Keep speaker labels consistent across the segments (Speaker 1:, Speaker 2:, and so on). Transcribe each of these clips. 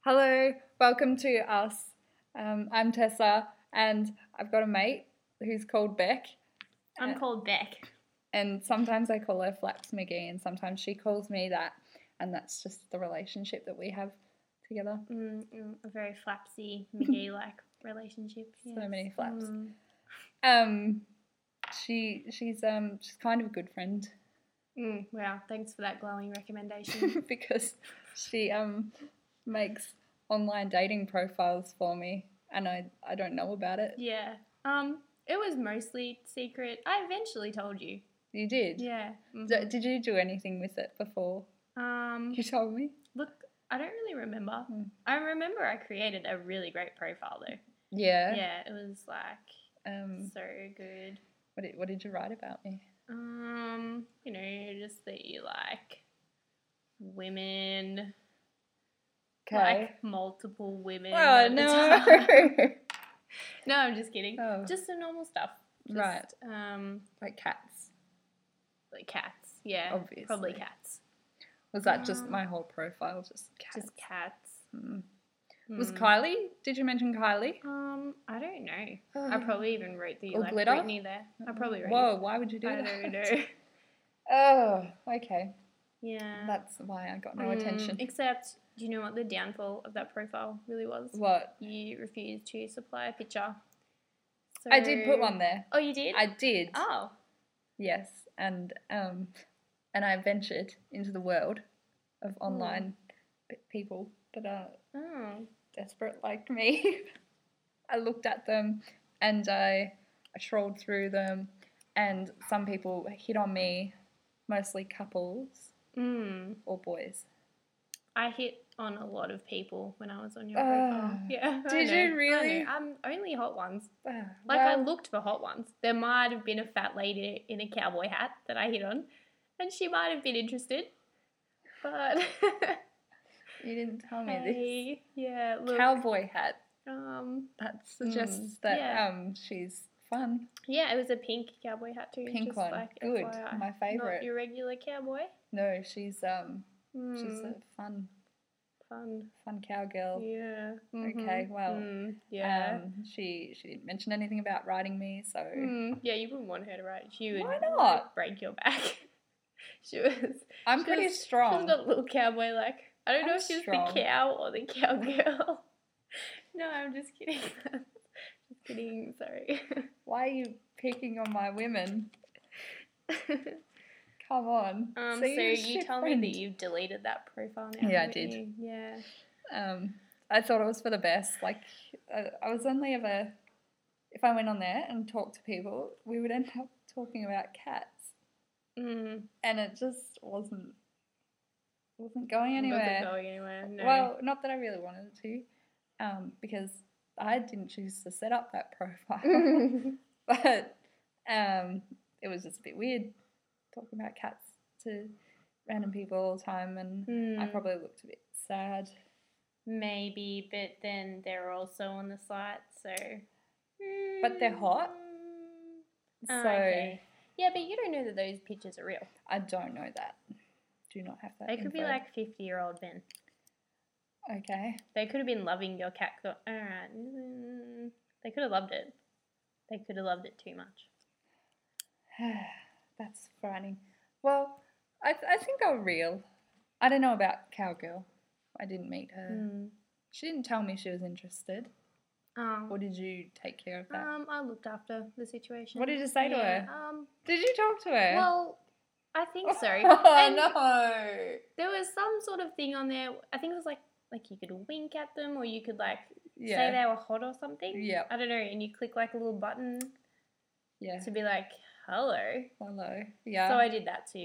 Speaker 1: Hello, welcome to us. Um, I'm Tessa, and I've got a mate who's called Beck,
Speaker 2: I'm
Speaker 1: Uh,
Speaker 2: called Beck. And
Speaker 1: and sometimes I call her Flaps McGee, and sometimes she calls me that, and that's just the relationship that we have together.
Speaker 2: mm, mm, a very flapsy McGee like relationship.
Speaker 1: So many flaps.
Speaker 2: Mm.
Speaker 1: Um, she she's um she's kind of a good friend
Speaker 2: Mm, wow, thanks for that glowing recommendation.
Speaker 1: because she um makes online dating profiles for me, and I I don't know about it.
Speaker 2: yeah. Um, it was mostly secret. I eventually told you.
Speaker 1: You did.
Speaker 2: Yeah.
Speaker 1: D-
Speaker 2: mhm.
Speaker 1: did you do anything with it before
Speaker 2: Um,
Speaker 1: you told me?
Speaker 2: look, I don't really remember.
Speaker 1: Mm.
Speaker 2: I remember I created a really great profile though.
Speaker 1: Yeah.
Speaker 2: Yeah, it was like
Speaker 1: Um,
Speaker 2: so good.
Speaker 1: what did, what did you write about me?
Speaker 2: Um, you know, just that you like women,
Speaker 1: Okay.
Speaker 2: like multiple women.
Speaker 1: oh
Speaker 2: at a time.
Speaker 1: no.
Speaker 2: no, I'm just kidding.
Speaker 1: Oh.
Speaker 2: Just some normal stuff. Just,
Speaker 1: Right.
Speaker 2: Um,
Speaker 1: like cats.
Speaker 2: like cats. Yeah.
Speaker 1: Obviously.
Speaker 2: Probably cats.
Speaker 1: Was that just
Speaker 2: Um,
Speaker 1: my whole profile? Just cats.
Speaker 2: Just cats.
Speaker 1: Mm. Was
Speaker 2: Mm.
Speaker 1: Kylie? Did you mention Kylie?
Speaker 2: Um, I don't know. I probably even wrote the
Speaker 1: Uh-huh. Or
Speaker 2: like
Speaker 1: glitter?
Speaker 2: Britney there. I probably wrote.
Speaker 1: Whoa! Why would you
Speaker 2: it.
Speaker 1: do
Speaker 2: I
Speaker 1: that?
Speaker 2: don't know.
Speaker 1: Oh, okay.
Speaker 2: yeah.
Speaker 1: That's why I got no
Speaker 2: Mm,
Speaker 1: attention.
Speaker 2: Except, do you know what the downfall of that profile really was?
Speaker 1: What?
Speaker 2: you refused to supply a picture. So...
Speaker 1: I did put one there.
Speaker 2: Oh, you did?
Speaker 1: I did.
Speaker 2: Oh,
Speaker 1: Yes, and um, and I ventured into the world of
Speaker 2: Hmm.
Speaker 1: online p- people that are
Speaker 2: oh,
Speaker 1: desperate like me. I looked at them and I, I trolled through them, and some people hit on me, mostly couples
Speaker 2: mm.
Speaker 1: or boys.
Speaker 2: I hit on a lot of people when I was on your
Speaker 1: Oh.
Speaker 2: profile. Yeah. I
Speaker 1: Did
Speaker 2: know,
Speaker 1: you
Speaker 2: I know.
Speaker 1: really?
Speaker 2: I'm only hot ones.
Speaker 1: Ah,
Speaker 2: Like I
Speaker 1: well,
Speaker 2: looked for hot ones. There might have been a fat lady in a cowboy hat that I hit on, and she might have been interested. But
Speaker 1: you didn't tell me
Speaker 2: hey, yeah,
Speaker 1: this.
Speaker 2: look,
Speaker 1: Cowboy hat.
Speaker 2: um,
Speaker 1: That suggests
Speaker 2: Mm,
Speaker 1: that
Speaker 2: yeah.
Speaker 1: um, she's fun.
Speaker 2: yeah, it was a pink cowboy hat too.
Speaker 1: Pink
Speaker 2: just
Speaker 1: one.
Speaker 2: like
Speaker 1: Good.
Speaker 2: FYI.
Speaker 1: My favourite.
Speaker 2: Not your Mm. regular cowboy.
Speaker 1: No, she's um, she's
Speaker 2: Mm,
Speaker 1: a fun,
Speaker 2: fun.
Speaker 1: fun cowgirl.
Speaker 2: Yeah.
Speaker 1: Okay,
Speaker 2: mhm,
Speaker 1: well,
Speaker 2: mm, yeah.
Speaker 1: Um, she she didn't mention anything about riding me, so
Speaker 2: Mm, yeah, you wouldn't want her to write. She would
Speaker 1: Why
Speaker 2: like,
Speaker 1: not?
Speaker 2: break your back. she was she
Speaker 1: I'm
Speaker 2: She
Speaker 1: pretty
Speaker 2: was-
Speaker 1: strong.
Speaker 2: was got a little cowboy like I don't know
Speaker 1: I'm
Speaker 2: if she was
Speaker 1: strong.
Speaker 2: the cow or the cowgirl. no, I'm just kidding. just kidding, sorry.
Speaker 1: Why are you picking on my women? Come on.
Speaker 2: um so,
Speaker 1: See, you're a
Speaker 2: you
Speaker 1: shit
Speaker 2: tell
Speaker 1: friend.
Speaker 2: me that you've deleted that profile now.
Speaker 1: Yeah, I
Speaker 2: haven't
Speaker 1: did.
Speaker 2: you? Yeah.
Speaker 1: Um, I thought it was for the best. Like, I, I was only ever, if I went on there and talked to people, we would end up talking about cats,
Speaker 2: Mm,
Speaker 1: and it just wasn't wasn't going
Speaker 2: wasn't
Speaker 1: anywhere.
Speaker 2: going anywhere. No.
Speaker 1: Well, not that I really wanted it to, um, because I didn't choose to set up that profile. but um, it was just a bit weird talking about cats to random people all the time, and I
Speaker 2: Mm.
Speaker 1: probably looked a bit sad.
Speaker 2: Maybe, but then they're also on the site, so. Hmm.
Speaker 1: But they're hot,
Speaker 2: So.
Speaker 1: so
Speaker 2: Yeah, but you don't know that those pictures are real.
Speaker 1: I don't know that. Do not have that.
Speaker 2: They could be
Speaker 1: info.
Speaker 2: like 50 year old men.
Speaker 1: okay,
Speaker 2: They could have been loving your cat. Go- Alright. mm, They could have loved it. They could have loved it too much.
Speaker 1: that's frightening. Well, I, th- I think they were real. I don't know about cowgirl. I didn't meet her.
Speaker 2: Mm.
Speaker 1: She didn't tell me she was interested.
Speaker 2: Um,
Speaker 1: Or did you take care of that?
Speaker 2: um, I looked after the situation.
Speaker 1: What did you say to
Speaker 2: Yeah,
Speaker 1: her?
Speaker 2: Um,
Speaker 1: Did you talk to her?
Speaker 2: well, I think so.
Speaker 1: oh
Speaker 2: And-
Speaker 1: no.
Speaker 2: there was some sort of thing on there. I think it was like like you could wink at them or you could like say
Speaker 1: Yeah.
Speaker 2: they were hot or something.
Speaker 1: Yep.
Speaker 2: I don't know. And you click like a little button
Speaker 1: Yeah.
Speaker 2: to be like hello.
Speaker 1: Hello. Yeah.
Speaker 2: So I did that to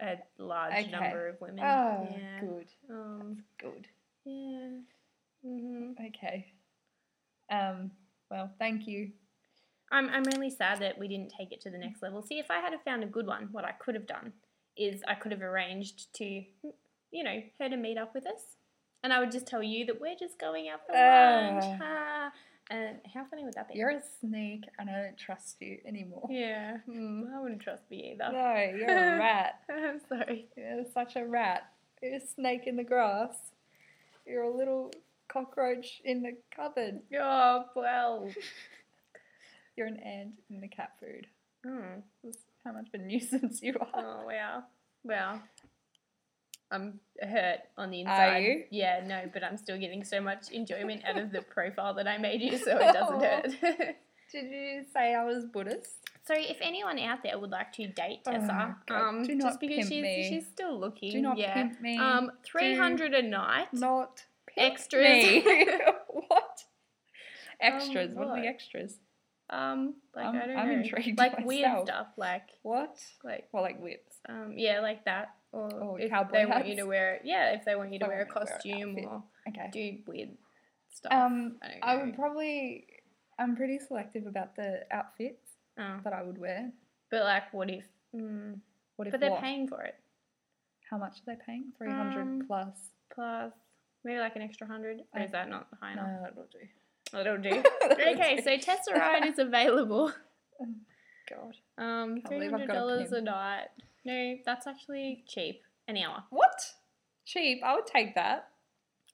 Speaker 2: a large
Speaker 1: Uh-huh. Okay.
Speaker 2: number of women.
Speaker 1: Oh,
Speaker 2: yeah.
Speaker 1: good.
Speaker 2: Um,
Speaker 1: Good.
Speaker 2: yeah. hmm
Speaker 1: Okay. Um. Well, thank you.
Speaker 2: I'm I'm really sad that we didn't take it to the next level. See, if I had have found a good one, what I could have done is I could have arranged to, you know, her to meet up with us, and I would just tell you that we're just going out for
Speaker 1: Ah.
Speaker 2: lunch. Ha. And how funny would that be?
Speaker 1: You're a sneak and I don't trust you anymore.
Speaker 2: yeah,
Speaker 1: Hmm.
Speaker 2: I wouldn't trust me either.
Speaker 1: No, you're a rat.
Speaker 2: I'm sorry.
Speaker 1: You're such a rat. You're a snake in the grass. You're a little cockroach in the cupboard.
Speaker 2: Oh, well.
Speaker 1: You're an ant in the cat food.
Speaker 2: Hmm.
Speaker 1: That's how much of a nuisance you are.
Speaker 2: Oh, wow. Wow. I'm hurt on the
Speaker 1: Are
Speaker 2: inside.
Speaker 1: you?
Speaker 2: Yeah, no, but I'm still getting so much enjoyment out of the profile that I made you, so it doesn't hurt.
Speaker 1: Did you say I was Buddhist?
Speaker 2: so, if anyone out there would like to date
Speaker 1: Oh my
Speaker 2: Tessa,
Speaker 1: God,
Speaker 2: um,
Speaker 1: do not
Speaker 2: just because
Speaker 1: pimp
Speaker 2: she's,
Speaker 1: me.
Speaker 2: she's still looking,
Speaker 1: Do not
Speaker 2: yeah.
Speaker 1: pimp me.
Speaker 2: Um, 300 a night.
Speaker 1: Not pimp
Speaker 2: Extras.
Speaker 1: me. what? Oh Extras. what? are
Speaker 2: what?
Speaker 1: the extras?
Speaker 2: Um, like
Speaker 1: I'm-
Speaker 2: I don't
Speaker 1: I'm
Speaker 2: know.
Speaker 1: intrigued
Speaker 2: Like weird
Speaker 1: myself.
Speaker 2: stuff, like
Speaker 1: What?
Speaker 2: like
Speaker 1: Well, like whips.
Speaker 2: um, yeah, like that. Or
Speaker 1: Or
Speaker 2: if
Speaker 1: cowboy
Speaker 2: they want you
Speaker 1: hats.
Speaker 2: to wear, it- yeah, if they want you to
Speaker 1: They
Speaker 2: wear a
Speaker 1: want me to wear an
Speaker 2: costume
Speaker 1: outfit.
Speaker 2: or
Speaker 1: Okay.
Speaker 2: do weird stuff.
Speaker 1: Um,
Speaker 2: I don't
Speaker 1: I would
Speaker 2: know.
Speaker 1: probably. I'm pretty selective about the outfits
Speaker 2: Oh,
Speaker 1: that I would wear.
Speaker 2: but like, what if? Mm,
Speaker 1: What if
Speaker 2: but they're
Speaker 1: what?
Speaker 2: paying for it.
Speaker 1: How much are they paying? Three hundred
Speaker 2: Um,
Speaker 1: plus.
Speaker 2: Plus, maybe like an extra hundred. Or
Speaker 1: I-
Speaker 2: is that not high
Speaker 1: No,
Speaker 2: enough?
Speaker 1: that'll do.
Speaker 2: That'll do.
Speaker 1: That'll
Speaker 2: okay,
Speaker 1: do.
Speaker 2: so Tessaride is available.
Speaker 1: God.
Speaker 2: Um,
Speaker 1: Can't
Speaker 2: three
Speaker 1: believe I've
Speaker 2: hundred
Speaker 1: got a
Speaker 2: dollars a
Speaker 1: pimp.
Speaker 2: night. No, that's actually cheap. An hour.
Speaker 1: What? Cheap. I would take that.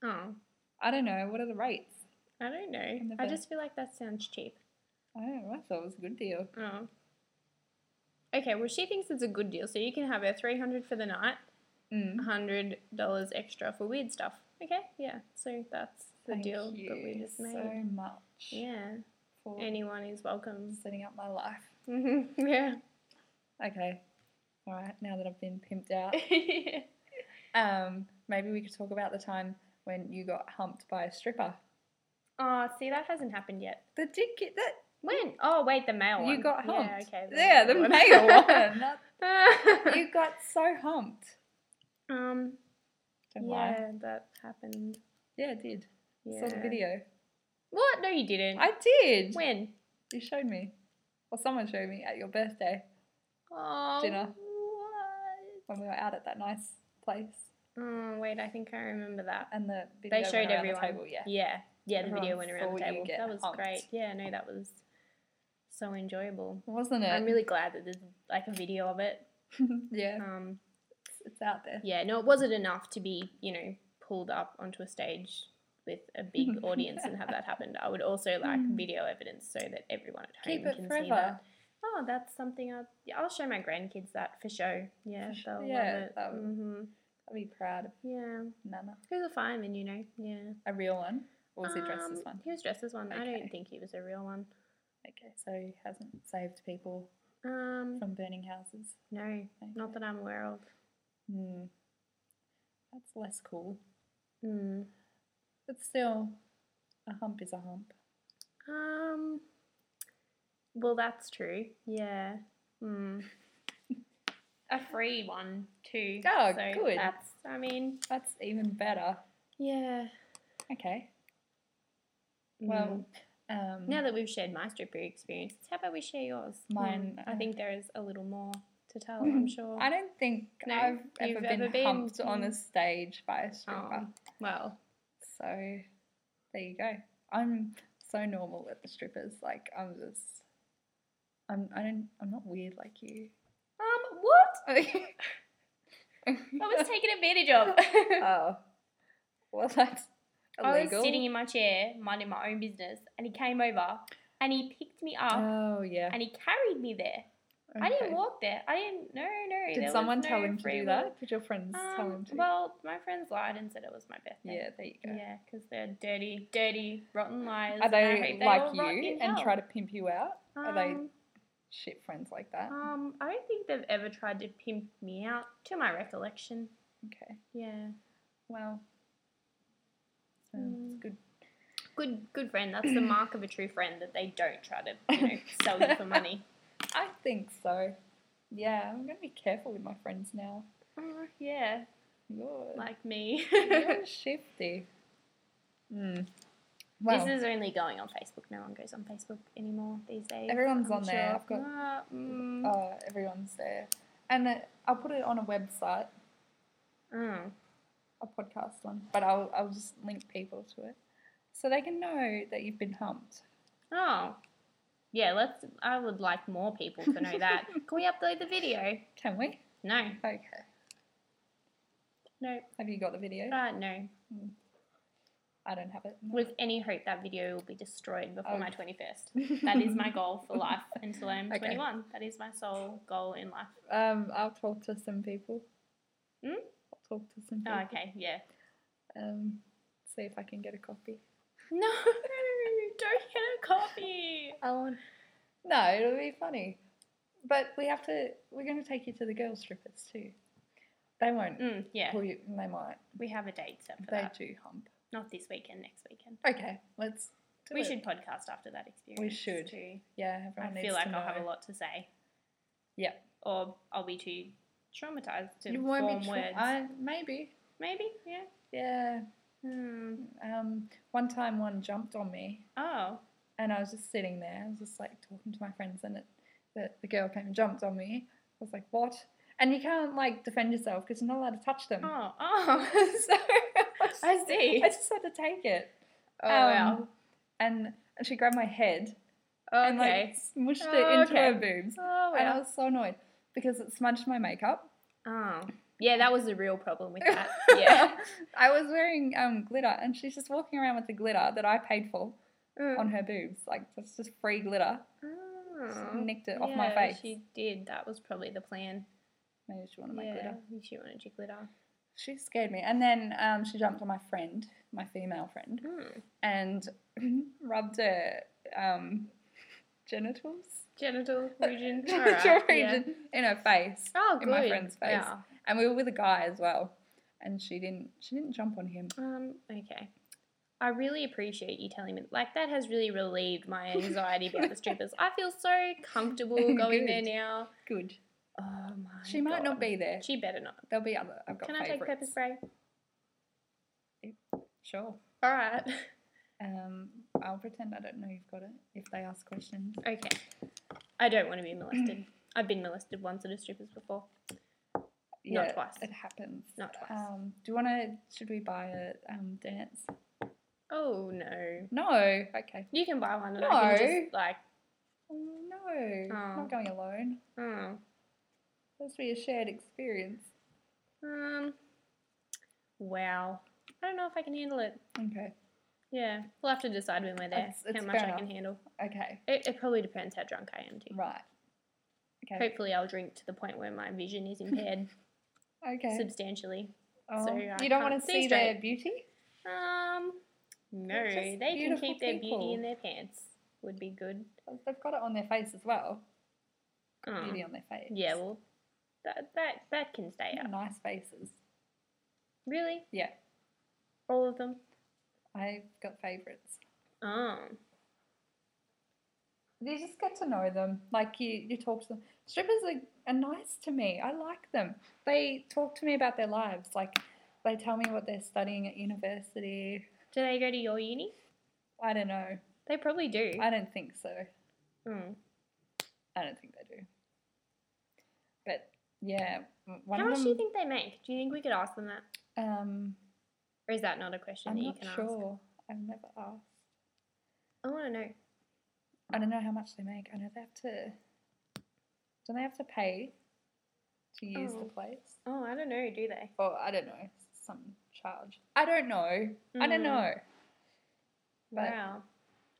Speaker 2: Oh,
Speaker 1: I don't know. What are the rates?
Speaker 2: I don't know. I
Speaker 1: never-
Speaker 2: just feel like that sounds cheap.
Speaker 1: I don't know. I thought it was a good deal.
Speaker 2: Oh. Okay, well, she thinks it's a good deal, so you can have her 300 for the night,
Speaker 1: Mm.
Speaker 2: $100 extra for weird stuff. Okay, yeah, so that's the
Speaker 1: Thank
Speaker 2: deal
Speaker 1: you
Speaker 2: that we just made.
Speaker 1: so much
Speaker 2: yeah,
Speaker 1: for
Speaker 2: anyone is welcome.
Speaker 1: setting up my life. Mm-hmm.
Speaker 2: yeah.
Speaker 1: Okay. All right. Now that I've been pimped out, um, maybe we could talk about the time when you got humped by a stripper.
Speaker 2: Oh, see, that hasn't happened yet.
Speaker 1: The did get that
Speaker 2: When? Oh, wait, the male one.
Speaker 1: you got humped.
Speaker 2: Yeah, okay.
Speaker 1: Yeah, the male one. Not-
Speaker 2: one.
Speaker 1: you got so humped.
Speaker 2: um,
Speaker 1: Don't lie.
Speaker 2: yeah, that happened.
Speaker 1: Yeah, I did.
Speaker 2: Yeah.
Speaker 1: Saw the video.
Speaker 2: What? No, you didn't.
Speaker 1: I did.
Speaker 2: when?
Speaker 1: You showed me. Or someone showed me at your birthday
Speaker 2: Oh,
Speaker 1: Dinner.
Speaker 2: What?
Speaker 1: when we were out at that nice place.
Speaker 2: Oh wait, I think I remember that.
Speaker 1: And the video
Speaker 2: They showed
Speaker 1: went around
Speaker 2: everyone.
Speaker 1: the table. Yeah.
Speaker 2: yeah, yeah. The
Speaker 1: Everyone
Speaker 2: video went around the
Speaker 1: saw you
Speaker 2: table.
Speaker 1: get
Speaker 2: That was
Speaker 1: humped.
Speaker 2: great. Yeah, no, that was so enjoyable.
Speaker 1: Wasn't it?
Speaker 2: I'm really glad that there's like a video of it.
Speaker 1: yeah,
Speaker 2: Um,
Speaker 1: it's out there.
Speaker 2: yeah, no, it wasn't enough to be you know pulled up onto a stage with a big audience and have that happen. I would also like
Speaker 1: Mm.
Speaker 2: video evidence so that everyone at home
Speaker 1: Keep it
Speaker 2: can see
Speaker 1: forever.
Speaker 2: that. Oh, that's something I'll, yeah, I'll show my grandkids that for sure. Yeah,
Speaker 1: For sure.
Speaker 2: they'll
Speaker 1: Yeah, um,
Speaker 2: love it.
Speaker 1: that would-
Speaker 2: hmm
Speaker 1: I'll be proud of
Speaker 2: Yeah,
Speaker 1: Nana.
Speaker 2: he was a fireman, you know. Yeah.
Speaker 1: A real one? Or was he dressed as
Speaker 2: Um,
Speaker 1: one?
Speaker 2: He was dressed as one. I
Speaker 1: Okay.
Speaker 2: don't think he was a real one.
Speaker 1: Okay, so he hasn't saved people
Speaker 2: Um,
Speaker 1: from burning houses.
Speaker 2: no, not
Speaker 1: Okay.
Speaker 2: that I'm aware of.
Speaker 1: Hmm. That's less cool.
Speaker 2: Mm.
Speaker 1: But still, a hump is a hump.
Speaker 2: Um, well, that's true. Yeah. Mm. a free one too.
Speaker 1: Oh, good.
Speaker 2: That's. I mean,
Speaker 1: That's even better.
Speaker 2: yeah.
Speaker 1: Okay. Well,
Speaker 2: Mm.
Speaker 1: um,
Speaker 2: now that we've shared my stripper experience, how about we share yours? Mm.
Speaker 1: Mine,
Speaker 2: I
Speaker 1: uh,
Speaker 2: think there is a little more to tell. I'm sure.
Speaker 1: I don't think
Speaker 2: No,
Speaker 1: I've
Speaker 2: you've
Speaker 1: ever been,
Speaker 2: ever been-
Speaker 1: humped on
Speaker 2: Mm.
Speaker 1: a stage by a stripper.
Speaker 2: Oh, well.
Speaker 1: So there you go. I'm so normal with the strippers. Like I'm just, I'm I don't I'm not weird like you.
Speaker 2: Um, what?
Speaker 1: I
Speaker 2: I was taken advantage of.
Speaker 1: oh, well that's
Speaker 2: I
Speaker 1: illegal.
Speaker 2: was sitting in my chair, minding my own business, and he came over and he picked me up
Speaker 1: oh yeah.
Speaker 2: and he carried me there. I didn't
Speaker 1: Okay.
Speaker 2: walk there. I didn't. No, no. there
Speaker 1: Did
Speaker 2: was
Speaker 1: someone
Speaker 2: no
Speaker 1: tell him to
Speaker 2: free
Speaker 1: do
Speaker 2: will.
Speaker 1: that? Did your friends tell him
Speaker 2: Um,
Speaker 1: to?
Speaker 2: Well, my friends lied and said it was my birthday.
Speaker 1: yeah, there you go.
Speaker 2: Yeah, because they're dirty, dirty, rotten liars.
Speaker 1: Are
Speaker 2: and I hope
Speaker 1: they like
Speaker 2: all rot
Speaker 1: you
Speaker 2: in
Speaker 1: and try to
Speaker 2: hell.
Speaker 1: pimp you out? are they-
Speaker 2: Um,
Speaker 1: Shit, friends like that.
Speaker 2: um, I don't think they've ever tried to pimp me out, to my recollection.
Speaker 1: Okay.
Speaker 2: Yeah.
Speaker 1: Well, so it's
Speaker 2: Mm.
Speaker 1: good.
Speaker 2: Good, good friend. That's the mark of a true friend that they don't try to, you know, sell you for money.
Speaker 1: I think so. Yeah, I'm gonna be careful with my friends now.
Speaker 2: Oh, yeah.
Speaker 1: You're,
Speaker 2: like me.
Speaker 1: you're shifty. Mm. Well,
Speaker 2: this is only going on Facebook. No one goes on Facebook anymore these days.
Speaker 1: Everyone's on there. I've got-
Speaker 2: Ah, mm.
Speaker 1: uh, everyone's there, and uh, I'll put it on a website,
Speaker 2: Mm.
Speaker 1: a podcast one, but I'll I'll just link people to it. so they can know that you've been humped.
Speaker 2: Oh. Yeah, let's. I would like more people to know that. Can we upload the video?
Speaker 1: Can we?
Speaker 2: No.
Speaker 1: Okay.
Speaker 2: No.
Speaker 1: Have you got the video?
Speaker 2: Uh, no.
Speaker 1: I don't have it.
Speaker 2: With any hope that video will be destroyed before my
Speaker 1: Okay.
Speaker 2: 21st. That is my goal for life until I'm
Speaker 1: Oh. Okay.
Speaker 2: 21. That is my sole goal in life.
Speaker 1: Um, I'll talk to some people.
Speaker 2: Hmm?
Speaker 1: I'll talk to some people.
Speaker 2: Oh, okay, yeah.
Speaker 1: Um, see if I can get a copy.
Speaker 2: No, don't get a copy.
Speaker 1: I want. No, it'll be funny. But we have to. We're going to take you to the girl strippers too. They won't.
Speaker 2: Mm, yeah, Uh,
Speaker 1: Pull you, they might.
Speaker 2: we have a date set for
Speaker 1: They
Speaker 2: that.
Speaker 1: do hump.
Speaker 2: Not this weekend, next weekend.
Speaker 1: Okay, let's. Do
Speaker 2: we
Speaker 1: it.
Speaker 2: should podcast after that experience.
Speaker 1: should.
Speaker 2: Too.
Speaker 1: Yeah,
Speaker 2: I
Speaker 1: everyone needs
Speaker 2: feel like
Speaker 1: to
Speaker 2: I'll have
Speaker 1: know.
Speaker 2: a lot to say.
Speaker 1: Yeah.
Speaker 2: Or I'll be too traumatized to
Speaker 1: You
Speaker 2: form
Speaker 1: won't be. Tra-
Speaker 2: words.
Speaker 1: I maybe.
Speaker 2: Maybe, yeah.
Speaker 1: Yeah.
Speaker 2: Hmm.
Speaker 1: Um. One time, one jumped on me,
Speaker 2: Oh,
Speaker 1: and I was just sitting there. I was just like talking to my friends, and it, the the girl came and jumped on me. I was like, what? And you can't like defend yourself because you're not allowed to touch them.
Speaker 2: oh, oh.
Speaker 1: so
Speaker 2: I see.
Speaker 1: I just had to take it.
Speaker 2: Oh,
Speaker 1: Um,
Speaker 2: wow.
Speaker 1: And, and she grabbed my head
Speaker 2: Okay.
Speaker 1: oh, and like smushed
Speaker 2: Oh,
Speaker 1: it into
Speaker 2: okay.
Speaker 1: her boobs.
Speaker 2: oh,
Speaker 1: And I
Speaker 2: wow.
Speaker 1: was so annoyed because it smudged my makeup.
Speaker 2: Oh. Yeah, that was the real problem with that. Yeah.
Speaker 1: I was wearing um, glitter and she's just walking around with the glitter that I paid for
Speaker 2: Mm.
Speaker 1: on her boobs. Like, that's just free glitter. Just
Speaker 2: Oh.
Speaker 1: nicked it off my face.
Speaker 2: She did. That was probably the plan.
Speaker 1: Maybe she wanted my
Speaker 2: yeah,
Speaker 1: glitter.
Speaker 2: she wanted your glitter.
Speaker 1: She scared me. And then um, she jumped on my friend, my female friend, and rubbed her um, genitals.
Speaker 2: Genital region.
Speaker 1: Your region in her face,
Speaker 2: Oh, good.
Speaker 1: in my friend's face.
Speaker 2: Yeah.
Speaker 1: and we were with a guy as well, and she didn't she didn't jump on him.
Speaker 2: Um. Okay. I really appreciate you telling me. Like that has really relieved my anxiety about the strippers. I feel so comfortable going there
Speaker 1: Good.
Speaker 2: now.
Speaker 1: Good.
Speaker 2: Oh my.
Speaker 1: She might not
Speaker 2: God.
Speaker 1: be there.
Speaker 2: She better not.
Speaker 1: There'll be other. I've got
Speaker 2: Can I
Speaker 1: favorites.
Speaker 2: take pepper spray?
Speaker 1: Sure.
Speaker 2: All right.
Speaker 1: Um, I'll pretend I don't know you've got it if they ask questions.
Speaker 2: Okay. I don't want to be molested. I've been molested once at a strippers before. Not twice.
Speaker 1: It happens.
Speaker 2: Not twice.
Speaker 1: Um, do you want to? Should we buy a um, dance?
Speaker 2: oh no.
Speaker 1: No. Okay.
Speaker 2: You can buy one and I can
Speaker 1: No.
Speaker 2: just like,
Speaker 1: Oh, No.
Speaker 2: Oh.
Speaker 1: Not going alone.
Speaker 2: oh,
Speaker 1: This will be a shared experience.
Speaker 2: um, wow. I don't know if I can handle it.
Speaker 1: Okay.
Speaker 2: Yeah, we'll have to decide when we're there
Speaker 1: It's- it's
Speaker 2: how much
Speaker 1: fair
Speaker 2: I can handle.
Speaker 1: Okay.
Speaker 2: It, it probably depends how drunk I am too.
Speaker 1: Right. Okay.
Speaker 2: Hopefully, I'll drink to the point where my vision is impaired
Speaker 1: Okay.
Speaker 2: substantially.
Speaker 1: Oh,
Speaker 2: So I
Speaker 1: you don't want
Speaker 2: can't
Speaker 1: to
Speaker 2: see
Speaker 1: see their beauty?
Speaker 2: Um, no,
Speaker 1: They're just
Speaker 2: they can
Speaker 1: beautiful
Speaker 2: keep their beauty
Speaker 1: people.
Speaker 2: in their pants. Would be good.
Speaker 1: They've got it on their face as well.
Speaker 2: Um,
Speaker 1: Beauty on their face.
Speaker 2: yeah, well, that that that can stay out.
Speaker 1: Nice faces.
Speaker 2: Really,
Speaker 1: Yeah,
Speaker 2: all of them.
Speaker 1: I've got favourites.
Speaker 2: Oh,
Speaker 1: You just get to know them. Like you, you talk to them. Strippers are, are nice to me. I like them. They talk to me about their lives. Like they tell me what they're studying at university.
Speaker 2: do they go to your uni?
Speaker 1: I don't know.
Speaker 2: They probably do.
Speaker 1: I don't think so.
Speaker 2: Mm.
Speaker 1: I don't think they do. But yeah, m- one
Speaker 2: How
Speaker 1: of
Speaker 2: much
Speaker 1: them.
Speaker 2: do you think they make? Do you think we could ask them that?
Speaker 1: um,
Speaker 2: Or is that not a question
Speaker 1: I'm
Speaker 2: that you
Speaker 1: not
Speaker 2: can ask?
Speaker 1: sure. I've never asked.
Speaker 2: I want to know.
Speaker 1: I don't know how much they make. I know they have to. Don't they have to pay to use
Speaker 2: Oh.
Speaker 1: the place?
Speaker 2: Oh, I don't know, do they?
Speaker 1: Or I don't know, some charge. I don't know. I don't
Speaker 2: Mm.
Speaker 1: know. But-
Speaker 2: Wow.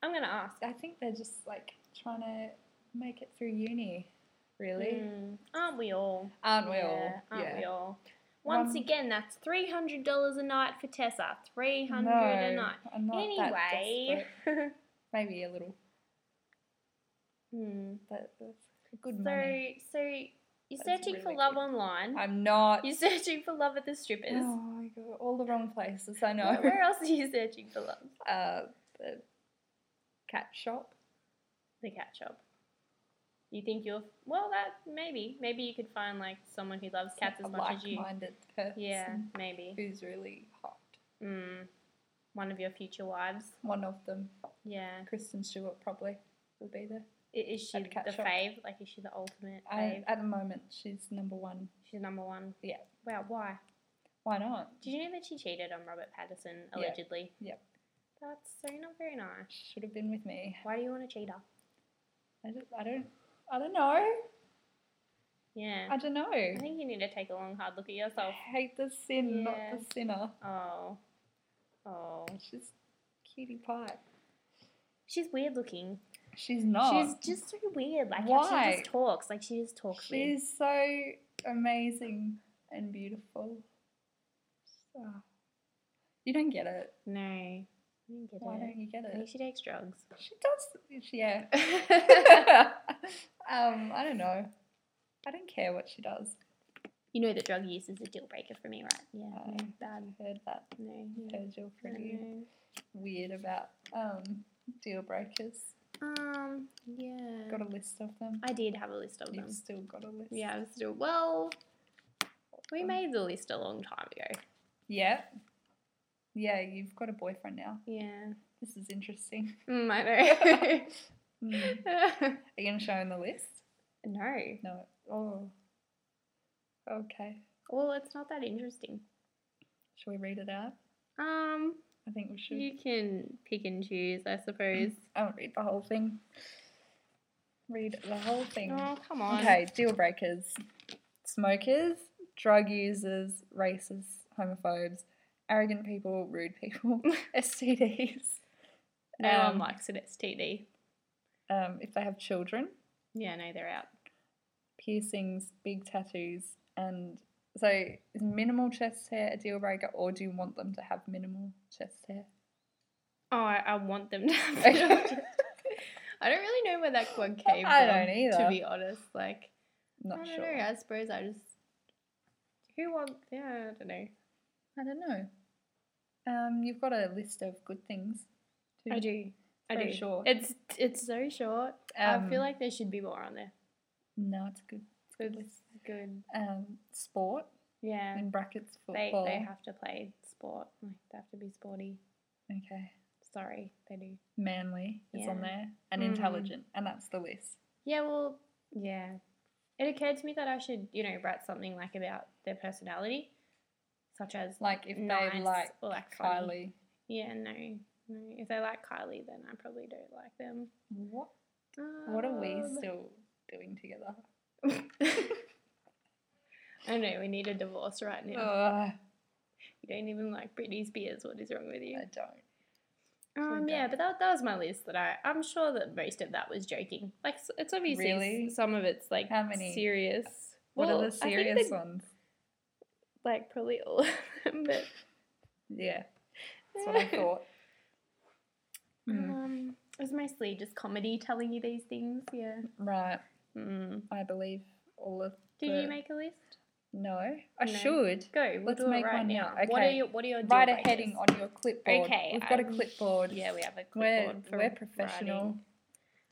Speaker 2: I'm going to ask.
Speaker 1: I think they're just like trying to make it through uni, really.
Speaker 2: Mm, Aren't we all?
Speaker 1: Aren't we
Speaker 2: Yeah,
Speaker 1: all?
Speaker 2: Aren't
Speaker 1: yeah. Um,
Speaker 2: we all? Once
Speaker 1: One-
Speaker 2: again, that's $300 a night for Tessa. 300
Speaker 1: no,
Speaker 2: a night.
Speaker 1: I'm not that
Speaker 2: Anyway.
Speaker 1: desperate. Maybe a little,
Speaker 2: Hmm.
Speaker 1: but that's good
Speaker 2: So,
Speaker 1: money.
Speaker 2: so you're
Speaker 1: That's
Speaker 2: searching for
Speaker 1: really
Speaker 2: love
Speaker 1: good.
Speaker 2: online.
Speaker 1: I'm not.
Speaker 2: You're searching for love at the strippers.
Speaker 1: Oh my god, all the wrong places. I know.
Speaker 2: Where- Where else are you searching for love?
Speaker 1: uh, the cat shop.
Speaker 2: the cat shop. You think you'll well that maybe maybe you could find like someone who loves cats as
Speaker 1: a
Speaker 2: much as you.
Speaker 1: like-minded person
Speaker 2: Yeah, maybe.
Speaker 1: who's really hot.
Speaker 2: Mm. One of your future wives.
Speaker 1: One of them,
Speaker 2: Yeah.
Speaker 1: Kristen Stewart, probably will be there.
Speaker 2: I- Is she
Speaker 1: At the cat
Speaker 2: the
Speaker 1: shop.
Speaker 2: fave? Like is she the ultimate
Speaker 1: I,
Speaker 2: fave?
Speaker 1: at the moment, she's number one.
Speaker 2: She's number one.
Speaker 1: Yeah.
Speaker 2: Wow. Why?
Speaker 1: Why not?
Speaker 2: Did you know that she cheated on Robert Patterson
Speaker 1: Yeah.
Speaker 2: allegedly?
Speaker 1: Yep.
Speaker 2: That's so not very nice.
Speaker 1: Should have been with me.
Speaker 2: Why do you want a cheater?
Speaker 1: I, just, I don't. I don't know.
Speaker 2: Yeah.
Speaker 1: I don't know.
Speaker 2: I
Speaker 1: I
Speaker 2: think you need to take a long, hard look at yourself.
Speaker 1: hate the sin, not
Speaker 2: Yeah.
Speaker 1: the sinner.
Speaker 2: Oh. Oh.
Speaker 1: She's cutie pie.
Speaker 2: She's weird looking.
Speaker 1: She's not.
Speaker 2: She's just so weird. Like how
Speaker 1: Oh. Why?
Speaker 2: she just talks. Like she just talks weird.
Speaker 1: She's so amazing and beautiful. So, you don't get it.
Speaker 2: No. I don't get
Speaker 1: Why
Speaker 2: it.
Speaker 1: don't you get
Speaker 2: I think
Speaker 1: it?
Speaker 2: she takes drugs.
Speaker 1: She does. Yeah. um, I don't know. I don't care what she does.
Speaker 2: you know that drug use is a deal breaker for me, right? Yeah.
Speaker 1: I
Speaker 2: no, bad.
Speaker 1: heard that
Speaker 2: No. yeah,
Speaker 1: Virgil
Speaker 2: I don't
Speaker 1: pretty
Speaker 2: know.
Speaker 1: weird about um, deal breakers.
Speaker 2: Um. Yeah.
Speaker 1: Got a list of them.
Speaker 2: I did have a list of them.
Speaker 1: You've still got a list.
Speaker 2: Yeah. I've Still, well, we
Speaker 1: Um,
Speaker 2: made the list a long time ago.
Speaker 1: Yeah. Yeah, you've got a boyfriend now.
Speaker 2: Yeah.
Speaker 1: This is interesting.
Speaker 2: Mm, I
Speaker 1: Mm.
Speaker 2: know.
Speaker 1: Are you going to show him the list?
Speaker 2: no.
Speaker 1: No. Oh. Okay.
Speaker 2: Well, it's not that interesting.
Speaker 1: Shall we read it out?
Speaker 2: Um,
Speaker 1: I think we should.
Speaker 2: you can pick and choose, I suppose.
Speaker 1: I won't read the whole thing. Read the whole thing.
Speaker 2: Oh, come on.
Speaker 1: Okay, deal breakers. Smokers, drug users, racists, homophobes, arrogant people, rude people, STDs.
Speaker 2: No
Speaker 1: Um,
Speaker 2: one likes an STD.
Speaker 1: Um, if they have children,
Speaker 2: Yeah, no, they're out.
Speaker 1: piercings, big tattoos, and so is minimal chest hair a deal breaker, or do you want them to have minimal chest hair?
Speaker 2: Oh, I, I want them to have
Speaker 1: Okay.
Speaker 2: I don't really know where that one came
Speaker 1: I
Speaker 2: from.
Speaker 1: don't either.
Speaker 2: To be honest, like
Speaker 1: Not
Speaker 2: I don't
Speaker 1: sure.
Speaker 2: know. I suppose I just who wants? Yeah, I don't know.
Speaker 1: I don't know. Um, you've got a list of good things.
Speaker 2: I do. I
Speaker 1: Very
Speaker 2: do.
Speaker 1: short.
Speaker 2: It's it's so short. I feel
Speaker 1: Um,
Speaker 2: like there should be more on there.
Speaker 1: No, it's good. It's good.
Speaker 2: It's good.
Speaker 1: Um, sport
Speaker 2: Yeah.
Speaker 1: in brackets
Speaker 2: They
Speaker 1: football.
Speaker 2: they have to play sport. Like they have to be sporty.
Speaker 1: Okay.
Speaker 2: Sorry, they do.
Speaker 1: Manly is on
Speaker 2: Yeah.
Speaker 1: there, and
Speaker 2: Mm.
Speaker 1: intelligent, and that's the list.
Speaker 2: Yeah, well, yeah. It occurred to me that I should, you know, write something like about their personality, such as
Speaker 1: Like if they
Speaker 2: Nice
Speaker 1: like,
Speaker 2: or, like,
Speaker 1: Kylie.
Speaker 2: funny. yeah, no, no. If they like Kylie, then I probably don't like them.
Speaker 1: What? What are we
Speaker 2: Um,
Speaker 1: still doing together?
Speaker 2: I know we need a divorce right now.
Speaker 1: Ugh,
Speaker 2: You don't even like Britney Spears. What is wrong with you?
Speaker 1: I don't.
Speaker 2: Um,
Speaker 1: Sure
Speaker 2: yeah,
Speaker 1: don't.
Speaker 2: but that, that was my list that I. I'm sure that most of that was joking. Like s- it's obviously s-
Speaker 1: Really?
Speaker 2: some of it's like
Speaker 1: How many?
Speaker 2: serious.
Speaker 1: What
Speaker 2: Well,
Speaker 1: are
Speaker 2: I
Speaker 1: the
Speaker 2: think
Speaker 1: serious
Speaker 2: that,
Speaker 1: ones?
Speaker 2: Like probably all of them, but
Speaker 1: Yeah, that's what I thought. Mm,
Speaker 2: um, it was mostly just comedy telling you these things. Yeah.
Speaker 1: Right,
Speaker 2: Mm.
Speaker 1: I believe all of.
Speaker 2: Did
Speaker 1: The-
Speaker 2: you make a list?
Speaker 1: No, I
Speaker 2: No.
Speaker 1: should.
Speaker 2: Go. We'll
Speaker 1: Let's
Speaker 2: do
Speaker 1: make
Speaker 2: it right
Speaker 1: one
Speaker 2: now.
Speaker 1: now.
Speaker 2: What are
Speaker 1: Okay.
Speaker 2: your What are your deal
Speaker 1: Write a
Speaker 2: breakers?
Speaker 1: heading on your clipboard.
Speaker 2: Okay,
Speaker 1: we've got a
Speaker 2: I'm-
Speaker 1: clipboard.
Speaker 2: Yeah, we have a
Speaker 1: We're
Speaker 2: clipboard. for
Speaker 1: we're professional.
Speaker 2: writing.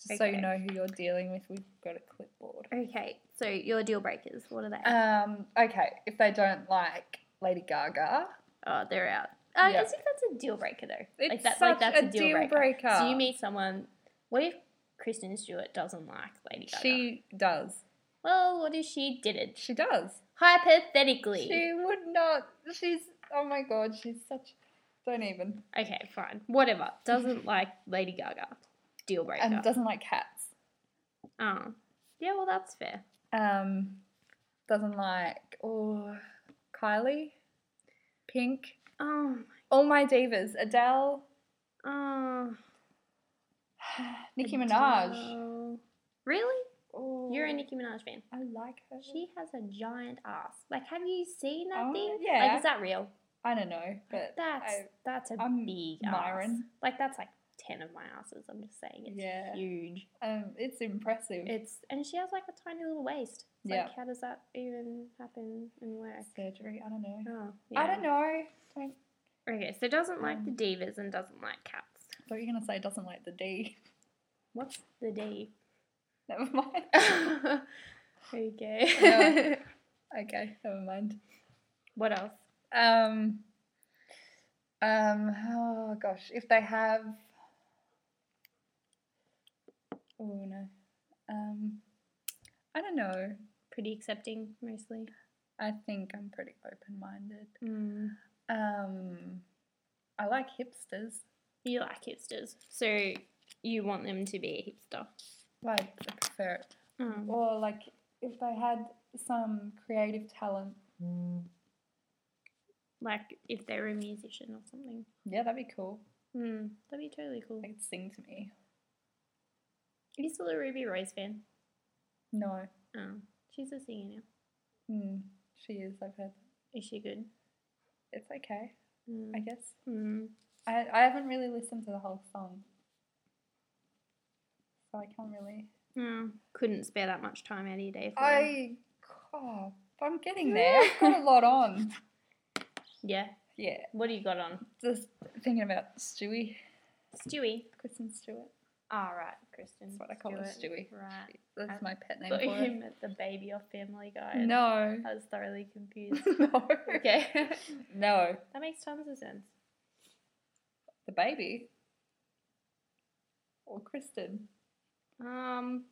Speaker 1: Just so you
Speaker 2: Okay.
Speaker 1: know who you're dealing with, we've got a clipboard.
Speaker 2: Okay, so your deal breakers. What are they?
Speaker 1: Um, okay, if they don't like Lady Gaga,
Speaker 2: oh, they're out. Uh,
Speaker 1: yeah.
Speaker 2: I think that's a deal breaker though.
Speaker 1: it's
Speaker 2: like that,
Speaker 1: such
Speaker 2: like that's a deal, breaker.
Speaker 1: breaker.
Speaker 2: So you meet someone. What if Kristen Stewart doesn't like Lady Gaga?
Speaker 1: She does.
Speaker 2: well, what if she didn't?
Speaker 1: She does.
Speaker 2: Hypothetically.
Speaker 1: She would not. She's. Oh my god, she's such. Don't even.
Speaker 2: okay, fine. Whatever. Doesn't like Lady Gaga. Deal breaker.
Speaker 1: And doesn't like cats.
Speaker 2: oh. Yeah, well, that's fair.
Speaker 1: Um, doesn't like. Oh, Kylie, Pink,
Speaker 2: Oh,
Speaker 1: all my divas, Adele,
Speaker 2: oh.
Speaker 1: Nicki Minaj.
Speaker 2: Adele. Really?
Speaker 1: Oh,
Speaker 2: You're a Nicki Minaj fan.
Speaker 1: I like her.
Speaker 2: She has a giant ass. Like, have you seen that
Speaker 1: Oh,
Speaker 2: thing?
Speaker 1: yeah.
Speaker 2: Like, is that real?
Speaker 1: I don't know, but
Speaker 2: That's
Speaker 1: I-
Speaker 2: that's a
Speaker 1: I'm
Speaker 2: big ass.
Speaker 1: Myron.
Speaker 2: Like, that's like ten of my asses. I'm just saying, it's
Speaker 1: Yeah.
Speaker 2: huge.
Speaker 1: um, it's impressive.
Speaker 2: It's and she has like a tiny little waist. It's
Speaker 1: Yeah.
Speaker 2: Like, how does that even happen and work?
Speaker 1: surgery. I don't know.
Speaker 2: Oh,
Speaker 1: I don't know. Um, Don't,
Speaker 2: know. Okay, so doesn't like the divas and doesn't like cats.
Speaker 1: thought you were gonna say doesn't like the D.
Speaker 2: What's the D?
Speaker 1: Never mind.
Speaker 2: okay.
Speaker 1: Yeah. okay, never mind.
Speaker 2: what else?
Speaker 1: Um, um, oh gosh, if they have, oh no, um, I don't know.
Speaker 2: Pretty accepting mostly.
Speaker 1: I think I'm pretty open minded.
Speaker 2: Mm.
Speaker 1: Um, I like hipsters.
Speaker 2: You like hipsters, so you want them to be a hipster.
Speaker 1: Like, I prefer it.
Speaker 2: Mm.
Speaker 1: Or, like, if they had some creative talent. Mm.
Speaker 2: Like if they're a musician or something.
Speaker 1: Yeah, that'd be cool.
Speaker 2: Mm, that'd be totally cool.
Speaker 1: They could sing to me.
Speaker 2: Are you still a Ruby Rose fan?
Speaker 1: No.
Speaker 2: Oh, she's a singer now.
Speaker 1: Mm, she is, I've heard.
Speaker 2: Is she good?
Speaker 1: It's okay, I
Speaker 2: Mm.
Speaker 1: guess.
Speaker 2: Mm.
Speaker 1: I, I haven't really listened to the whole song. So I can't really.
Speaker 2: Oh, couldn't spare that much time out of your day for her.
Speaker 1: I. Oh, I'm getting there. I've got a lot on.
Speaker 2: Yeah.
Speaker 1: Yeah.
Speaker 2: What do you got on?
Speaker 1: Just thinking about Stewie.
Speaker 2: Stewie.
Speaker 1: Kristen Stewart.
Speaker 2: All Ah, right, Kristen.
Speaker 1: That's what I call her, Stewie.
Speaker 2: Right.
Speaker 1: That's
Speaker 2: Um,
Speaker 1: my pet name
Speaker 2: Thought you
Speaker 1: for her.
Speaker 2: meant the baby off Family Guy.
Speaker 1: No.
Speaker 2: I was thoroughly confused.
Speaker 1: no.
Speaker 2: okay.
Speaker 1: No.
Speaker 2: that makes tons of sense.
Speaker 1: The baby. Or Kristen.
Speaker 2: Um,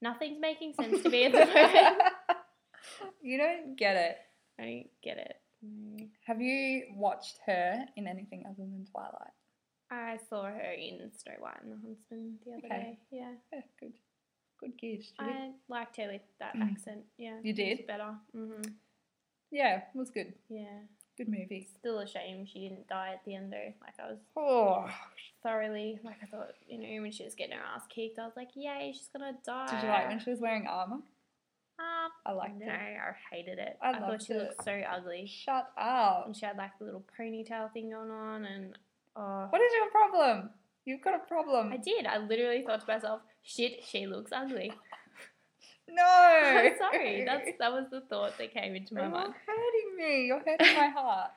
Speaker 2: nothing's making sense to me at the moment.
Speaker 1: you don't get it.
Speaker 2: I don't get it. Mm.
Speaker 1: Have you watched her in anything other than Twilight?
Speaker 2: I saw her in Snow White and the Huntsman the other
Speaker 1: Okay.
Speaker 2: day. Yeah,
Speaker 1: Yeah, good. Good gears.
Speaker 2: I liked her with that
Speaker 1: Mm.
Speaker 2: accent. Yeah,
Speaker 1: You
Speaker 2: it was
Speaker 1: did?
Speaker 2: better. hmm
Speaker 1: Yeah, it was good.
Speaker 2: Yeah,
Speaker 1: Good movie.
Speaker 2: still a shame she didn't die at the end though. Like I was
Speaker 1: Oh,
Speaker 2: thoroughly like I thought you know when she was getting her ass kicked, I was like, yay, she's gonna die.
Speaker 1: did you like when she was wearing armor?
Speaker 2: Ah,
Speaker 1: I liked
Speaker 2: no,
Speaker 1: it.
Speaker 2: I hated it.
Speaker 1: I
Speaker 2: I, thought
Speaker 1: loved
Speaker 2: she looked
Speaker 1: it.
Speaker 2: so ugly,
Speaker 1: Shut up.
Speaker 2: and she had like the little ponytail thing going on, and oh,
Speaker 1: What is your problem? You've got a problem.
Speaker 2: I did. I literally thought to myself, shit, she looks ugly.
Speaker 1: No.
Speaker 2: I'm sorry. That's that was the thought that came into my
Speaker 1: You're
Speaker 2: mind.
Speaker 1: hurting me. You're hurting my heart.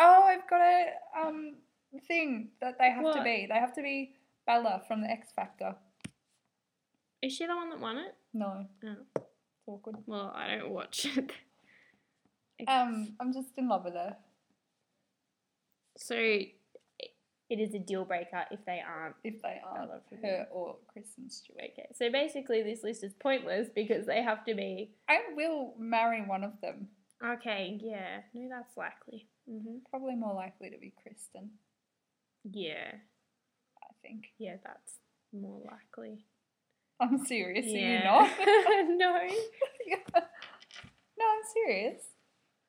Speaker 1: Oh, I've got a um thing that they have to
Speaker 2: What?
Speaker 1: be. They have to be Bella from the X Factor.
Speaker 2: Is she the one that won it?
Speaker 1: No.
Speaker 2: Oh.
Speaker 1: It's awkward.
Speaker 2: Well, I don't watch it.
Speaker 1: Um, I'm just in love with her.
Speaker 2: so it it is a deal breaker if they aren't.
Speaker 1: If they are
Speaker 2: Bella from
Speaker 1: her or Kristen Stewart.
Speaker 2: Okay, so basically this list is pointless because they have to be.
Speaker 1: I will marry one of them.
Speaker 2: Okay, yeah, no, that's likely. hmm
Speaker 1: Probably more likely to be Kristen,
Speaker 2: Yeah,
Speaker 1: I think.
Speaker 2: yeah, that's more likely.
Speaker 1: I'm serious, are you
Speaker 2: yeah.
Speaker 1: not?
Speaker 2: no.
Speaker 1: No, I'm serious.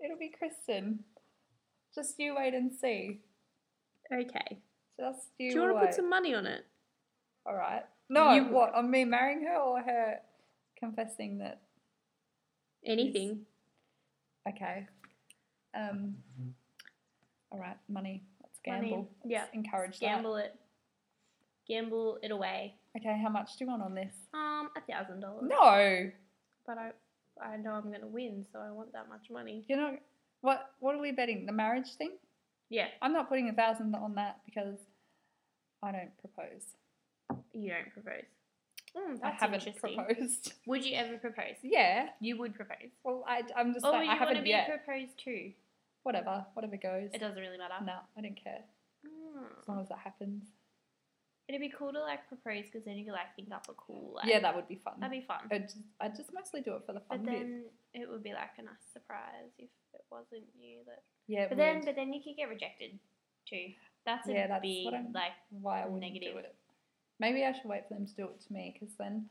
Speaker 1: It'll be Kristen. Just you wait and see.
Speaker 2: Okay.
Speaker 1: Just
Speaker 2: Do
Speaker 1: you,
Speaker 2: you want to
Speaker 1: wait.
Speaker 2: put some money on it?
Speaker 1: All right. No,
Speaker 2: You-
Speaker 1: what on me marrying her or her confessing that?
Speaker 2: Anything.
Speaker 1: Okay. Um. All right, money. Let's
Speaker 2: Money,
Speaker 1: gamble. Let's
Speaker 2: yeah.
Speaker 1: Encourage
Speaker 2: Gamble it. Gamble it away.
Speaker 1: that. Okay, how much do you want on this?
Speaker 2: Um, a thousand dollars.
Speaker 1: No,
Speaker 2: But I, I know I'm gonna win, so I want that much money.
Speaker 1: you're not. What What are we betting? The marriage thing?
Speaker 2: Yeah,
Speaker 1: I'm not putting a thousand on that because I don't propose.
Speaker 2: you don't propose. Mm, that's
Speaker 1: I haven't
Speaker 2: interesting.
Speaker 1: proposed.
Speaker 2: Would you ever propose?
Speaker 1: yeah.
Speaker 2: You would propose.
Speaker 1: Well, I, I'm just
Speaker 2: Oh,
Speaker 1: saying
Speaker 2: you
Speaker 1: I
Speaker 2: want to
Speaker 1: haven't
Speaker 2: be
Speaker 1: yet.
Speaker 2: proposed to?
Speaker 1: whatever, whatever goes.
Speaker 2: It doesn't really matter.
Speaker 1: No, I don't care as long
Speaker 2: Mm.
Speaker 1: as that happens.
Speaker 2: It'd be cool to like propose because then you could like think up a cool like.
Speaker 1: yeah, that would be fun.
Speaker 2: that'd be fun.
Speaker 1: I'd just, i just mostly do it for the fun
Speaker 2: But
Speaker 1: bit.
Speaker 2: then it would be like a nice surprise if it wasn't you that.
Speaker 1: yeah, it
Speaker 2: But then,
Speaker 1: would.
Speaker 2: but then you could get rejected too. That's a
Speaker 1: Yeah, that's
Speaker 2: big
Speaker 1: what I'm-
Speaker 2: like.
Speaker 1: why I wouldn't do
Speaker 2: negative.
Speaker 1: it. Maybe I should wait for them to do it to me because then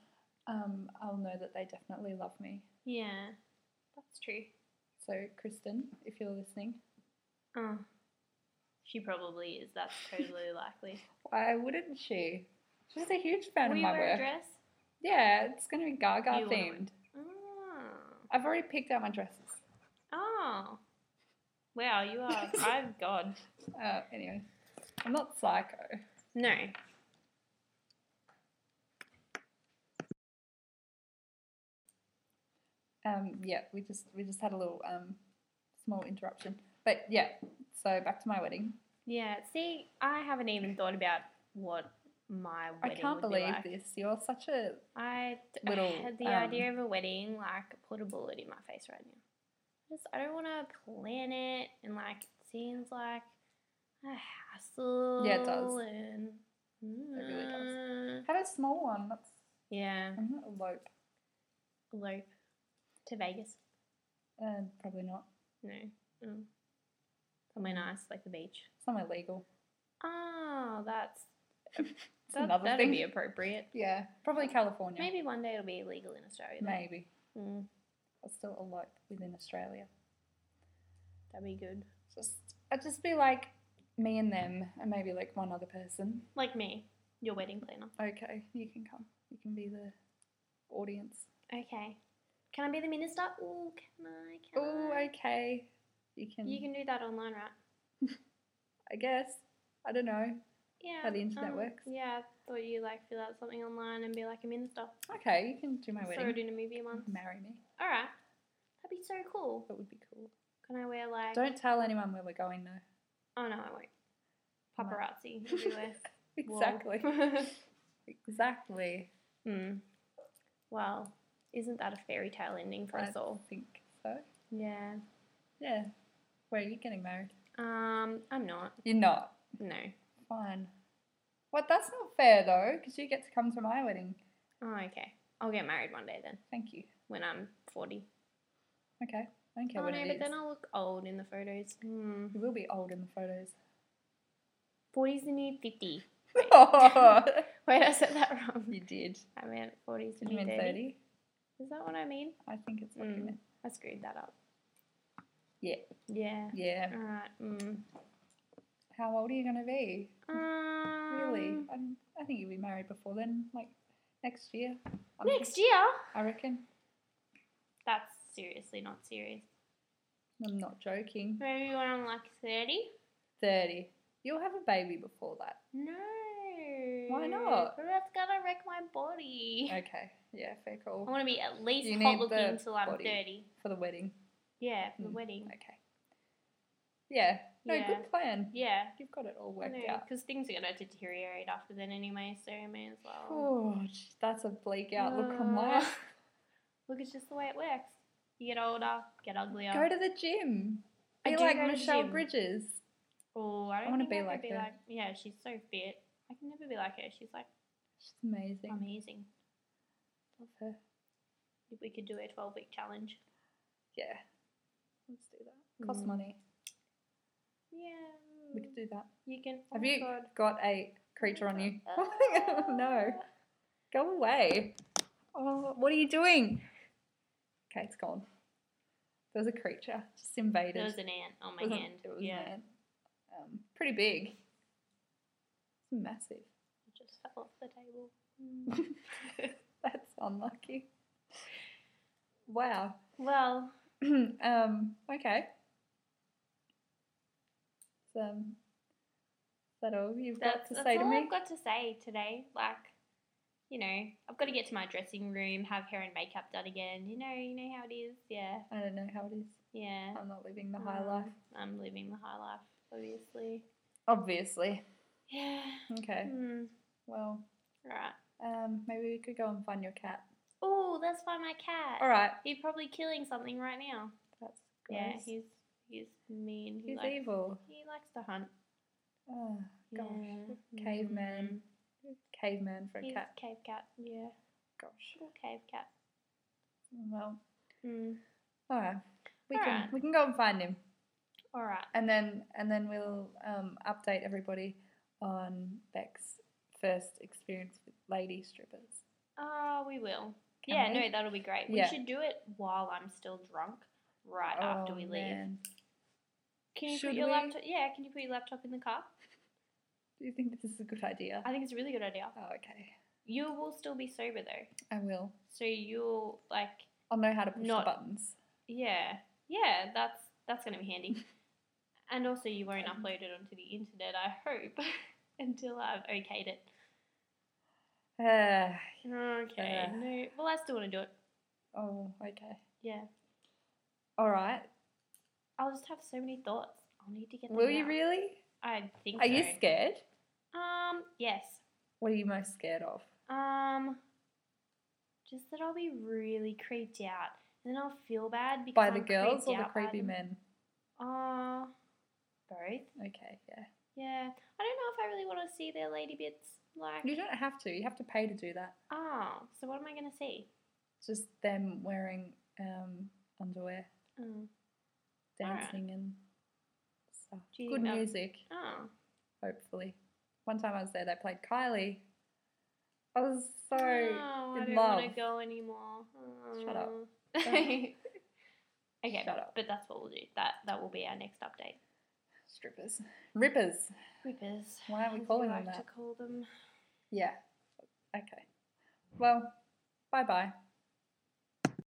Speaker 1: um, I'll know that they definitely love me.
Speaker 2: Yeah, that's true.
Speaker 1: So, Kristen, if you're listening,
Speaker 2: Oh. She probably is. That's totally likely.
Speaker 1: why wouldn't she? She's a huge fan
Speaker 2: Will
Speaker 1: of
Speaker 2: you
Speaker 1: my
Speaker 2: wear a
Speaker 1: work.
Speaker 2: dress?
Speaker 1: Yeah, it's going to be Gaga
Speaker 2: You wanna wear-
Speaker 1: themed.
Speaker 2: Oh.
Speaker 1: I've already picked out my dresses.
Speaker 2: oh. Wow, you are. I'm God.
Speaker 1: Uh, anyway, I'm not psycho.
Speaker 2: No.
Speaker 1: Um, yeah, we just we just had a little um, small interruption, but yeah. So back to my wedding.
Speaker 2: Yeah, see, I haven't even thought about what my wedding
Speaker 1: I can't
Speaker 2: would
Speaker 1: believe
Speaker 2: be like.
Speaker 1: this. You're such a
Speaker 2: I d-
Speaker 1: Little,
Speaker 2: had the
Speaker 1: um,
Speaker 2: idea of a wedding like put a bullet in my face right now. Just I don't want to plan it, and like it seems like a hassle.
Speaker 1: Yeah, it does.
Speaker 2: And,
Speaker 1: really
Speaker 2: does.
Speaker 1: have a small one. That's
Speaker 2: Yeah,
Speaker 1: I'm not elope.
Speaker 2: elope to Vegas.
Speaker 1: Uh, probably not.
Speaker 2: No, mm. somewhere nice like the beach.
Speaker 1: Somewhere legal.
Speaker 2: Oh, that's
Speaker 1: It's
Speaker 2: that,
Speaker 1: another
Speaker 2: that'd
Speaker 1: thing.
Speaker 2: be appropriate.
Speaker 1: Yeah, probably California. Maybe.
Speaker 2: Maybe one day it'll be illegal in Australia. though.
Speaker 1: Maybe.
Speaker 2: Mm,
Speaker 1: It's still elope within Australia.
Speaker 2: that'd be good.
Speaker 1: Just, I'd just be like me and them, and maybe like one other person.
Speaker 2: Like me, your wedding planner.
Speaker 1: Okay, you can come. You can be the audience.
Speaker 2: Okay. Can I be the minister? Oh, can I? Can
Speaker 1: Oh,
Speaker 2: I?
Speaker 1: okay. You can.
Speaker 2: You can do that online, right?
Speaker 1: I guess. I don't know.
Speaker 2: Yeah. Um,
Speaker 1: How the internet works.
Speaker 2: Yeah, I thought you like fill out something online and be like a minister.
Speaker 1: Okay, you can do my
Speaker 2: Saw it
Speaker 1: wedding.
Speaker 2: in a movie once.
Speaker 1: Marry me.
Speaker 2: All right. That'd be so cool.
Speaker 1: That would be cool.
Speaker 2: Can I wear like?
Speaker 1: Don't tell anyone where we're going though.
Speaker 2: Oh no, I won't.
Speaker 1: No.
Speaker 2: Paparazzi everywhere. Whoa.
Speaker 1: Exactly. exactly.
Speaker 2: Hmm. Well, isn't that a fairy tale ending for
Speaker 1: I
Speaker 2: us all?
Speaker 1: think so.
Speaker 2: Yeah.
Speaker 1: Yeah. Where are you getting married?
Speaker 2: Um, I'm not.
Speaker 1: You're not.
Speaker 2: No.
Speaker 1: Fine. What? That's not fair though, because you get to come to my wedding.
Speaker 2: Oh, okay. I'll get married one day then
Speaker 1: Thank you.
Speaker 2: when I'm 40.
Speaker 1: Okay. I don't care
Speaker 2: oh
Speaker 1: what
Speaker 2: no,
Speaker 1: it
Speaker 2: but
Speaker 1: is.
Speaker 2: then I'll look old in the photos. Hmm.
Speaker 1: You will be old in the photos.
Speaker 2: 40's the new 50. Wait, I said that wrong.
Speaker 1: you did.
Speaker 2: I meant 40's the
Speaker 1: Did you
Speaker 2: new
Speaker 1: mean
Speaker 2: 30.
Speaker 1: 30?
Speaker 2: Is that what I mean?
Speaker 1: I think it's what you
Speaker 2: Mm.
Speaker 1: meant.
Speaker 2: I screwed that up.
Speaker 1: Yeah.
Speaker 2: Yeah.
Speaker 1: Yeah.
Speaker 2: All right. Mm.
Speaker 1: How old are you going to be?
Speaker 2: Um,
Speaker 1: Really? I'm, I think you'll be married before then, like next year. I'm-
Speaker 2: Next year?
Speaker 1: I reckon.
Speaker 2: That's seriously not serious.
Speaker 1: I'm not joking.
Speaker 2: Maybe when I'm like 30?
Speaker 1: 30. You'll have a baby before that.
Speaker 2: No.
Speaker 1: Why not?
Speaker 2: That's gonna wreck my body.
Speaker 1: Okay. Yeah, fair
Speaker 2: I
Speaker 1: call.
Speaker 2: want to be at least
Speaker 1: You need
Speaker 2: hot
Speaker 1: the
Speaker 2: looking until I'm
Speaker 1: body.
Speaker 2: 30.
Speaker 1: For the wedding.
Speaker 2: Yeah, for the
Speaker 1: Mm.
Speaker 2: wedding.
Speaker 1: Okay. Yeah. No,
Speaker 2: Yeah.
Speaker 1: good plan.
Speaker 2: Yeah.
Speaker 1: You've got it all worked out.
Speaker 2: Because things are gonna deteriorate after then anyway, so I may as well.
Speaker 1: Oh, gee, that's a bleak outlook on life.
Speaker 2: Uh, Look, it's just the way it works. You get older, get uglier.
Speaker 1: Go to the gym.
Speaker 2: I
Speaker 1: Be
Speaker 2: do
Speaker 1: like
Speaker 2: go to the
Speaker 1: Michelle
Speaker 2: gym.
Speaker 1: Bridges.
Speaker 2: oh, I
Speaker 1: wanna
Speaker 2: don't want to
Speaker 1: be
Speaker 2: be,
Speaker 1: like
Speaker 2: like, be
Speaker 1: her.
Speaker 2: like. Yeah, she's so fit. I can never be like her. She's like
Speaker 1: She's amazing.
Speaker 2: amazing.
Speaker 1: Love her.
Speaker 2: If we could do a 12 week challenge.
Speaker 1: Yeah. Let's do that. Cost
Speaker 2: Mm.
Speaker 1: money.
Speaker 2: Yeah.
Speaker 1: We could do that.
Speaker 2: You can. oh
Speaker 1: Have
Speaker 2: my
Speaker 1: you
Speaker 2: God.
Speaker 1: got a creature on you?
Speaker 2: Ah.
Speaker 1: no. Go away. Oh, what are you doing? Okay, it's gone. There was a creature just invaded.
Speaker 2: There was an ant on my
Speaker 1: It was an-
Speaker 2: hand.
Speaker 1: it was an
Speaker 2: yeah.
Speaker 1: ant. Um, pretty big. It's massive.
Speaker 2: It just fell off the table. Mm.
Speaker 1: That's unlucky. Wow.
Speaker 2: well,
Speaker 1: um, okay. So, um, is that all you've got
Speaker 2: that's,
Speaker 1: to
Speaker 2: that's
Speaker 1: say to
Speaker 2: all
Speaker 1: me?
Speaker 2: I've got to say today. Like, you know, I've got to get to my dressing room, have hair and makeup done again. You know, you know how it is. Yeah,
Speaker 1: I don't know how it is.
Speaker 2: yeah.
Speaker 1: I'm not living the high
Speaker 2: Um,
Speaker 1: life.
Speaker 2: I'm living the high life, obviously.
Speaker 1: Obviously.
Speaker 2: Yeah.
Speaker 1: Okay.
Speaker 2: Mm.
Speaker 1: Well,
Speaker 2: Right.
Speaker 1: um, maybe we could go and find your cat.
Speaker 2: Oh, that's why my cat.
Speaker 1: All right.
Speaker 2: He's probably killing something right now.
Speaker 1: That's
Speaker 2: Yeah,
Speaker 1: gross.
Speaker 2: he's he's mean. He
Speaker 1: He's
Speaker 2: likes,
Speaker 1: evil.
Speaker 2: He likes to hunt.
Speaker 1: Oh, gosh.
Speaker 2: Yeah. Mm.
Speaker 1: Caveman. Caveman for a
Speaker 2: He's
Speaker 1: cat.
Speaker 2: a cave cat. Yeah,
Speaker 1: Gosh.
Speaker 2: little cave cat.
Speaker 1: Well,
Speaker 2: Mm.
Speaker 1: all right. We
Speaker 2: All
Speaker 1: can
Speaker 2: right.
Speaker 1: we can go and find him,
Speaker 2: All right.
Speaker 1: and then and then we'll um, update everybody on Beck's first experience with lady strippers.
Speaker 2: Oh, we will.
Speaker 1: Can
Speaker 2: yeah,
Speaker 1: we?
Speaker 2: no, that'll be great.
Speaker 1: Yeah.
Speaker 2: We should do it while I'm still drunk, right after
Speaker 1: Oh,
Speaker 2: we leave.
Speaker 1: man.
Speaker 2: Can you
Speaker 1: Should
Speaker 2: put your
Speaker 1: we?
Speaker 2: laptop? Yeah, can you put your laptop in the car?
Speaker 1: do you think this is a good idea?
Speaker 2: I think it's a really good idea.
Speaker 1: oh, okay.
Speaker 2: You will still be sober though,
Speaker 1: I will.
Speaker 2: so you'll like,
Speaker 1: I'll know how to push
Speaker 2: Not-
Speaker 1: the buttons.
Speaker 2: yeah, yeah. That's that's gonna be handy. and also, you won't
Speaker 1: Um.
Speaker 2: upload it onto the internet. I hope until I've okayed it.
Speaker 1: Uh,
Speaker 2: Okay.
Speaker 1: Uh.
Speaker 2: No. Well, I still want to do it.
Speaker 1: oh, okay.
Speaker 2: Yeah.
Speaker 1: All right.
Speaker 2: I'll just have so many thoughts. I'll need to get. Them
Speaker 1: Will you
Speaker 2: out.
Speaker 1: really?
Speaker 2: I think.
Speaker 1: Are you
Speaker 2: so.
Speaker 1: scared?
Speaker 2: Um. Yes.
Speaker 1: What are you most scared of?
Speaker 2: Um. Just that I'll be really creeped out, and then I'll feel bad because
Speaker 1: By the
Speaker 2: I'm
Speaker 1: girls
Speaker 2: creeped
Speaker 1: or the
Speaker 2: out by
Speaker 1: creepy
Speaker 2: them.
Speaker 1: men?
Speaker 2: Uh, both.
Speaker 1: Okay, yeah.
Speaker 2: Yeah. I don't know if I really want to see their lady bits. Like.
Speaker 1: You don't have to. You have to pay to do that.
Speaker 2: Oh, so what am I gonna see?
Speaker 1: It's just them wearing um, underwear,
Speaker 2: Oh. Alright.
Speaker 1: dancing and stuff.
Speaker 2: Do you um,
Speaker 1: Good
Speaker 2: think that-
Speaker 1: music.
Speaker 2: Oh.
Speaker 1: hopefully. One time I was there, they played Kylie. I was so.
Speaker 2: Oh, I
Speaker 1: in
Speaker 2: don't want to
Speaker 1: love.
Speaker 2: go anymore.
Speaker 1: Shut up.
Speaker 2: Oh. okay,
Speaker 1: Shut up.
Speaker 2: but that's what we'll do. That that will be our next update.
Speaker 1: Strippers. Rippers.
Speaker 2: Rippers.
Speaker 1: Why aren't we
Speaker 2: as
Speaker 1: calling them
Speaker 2: like
Speaker 1: that?
Speaker 2: To call them.
Speaker 1: Yeah. Okay. Well, bye bye.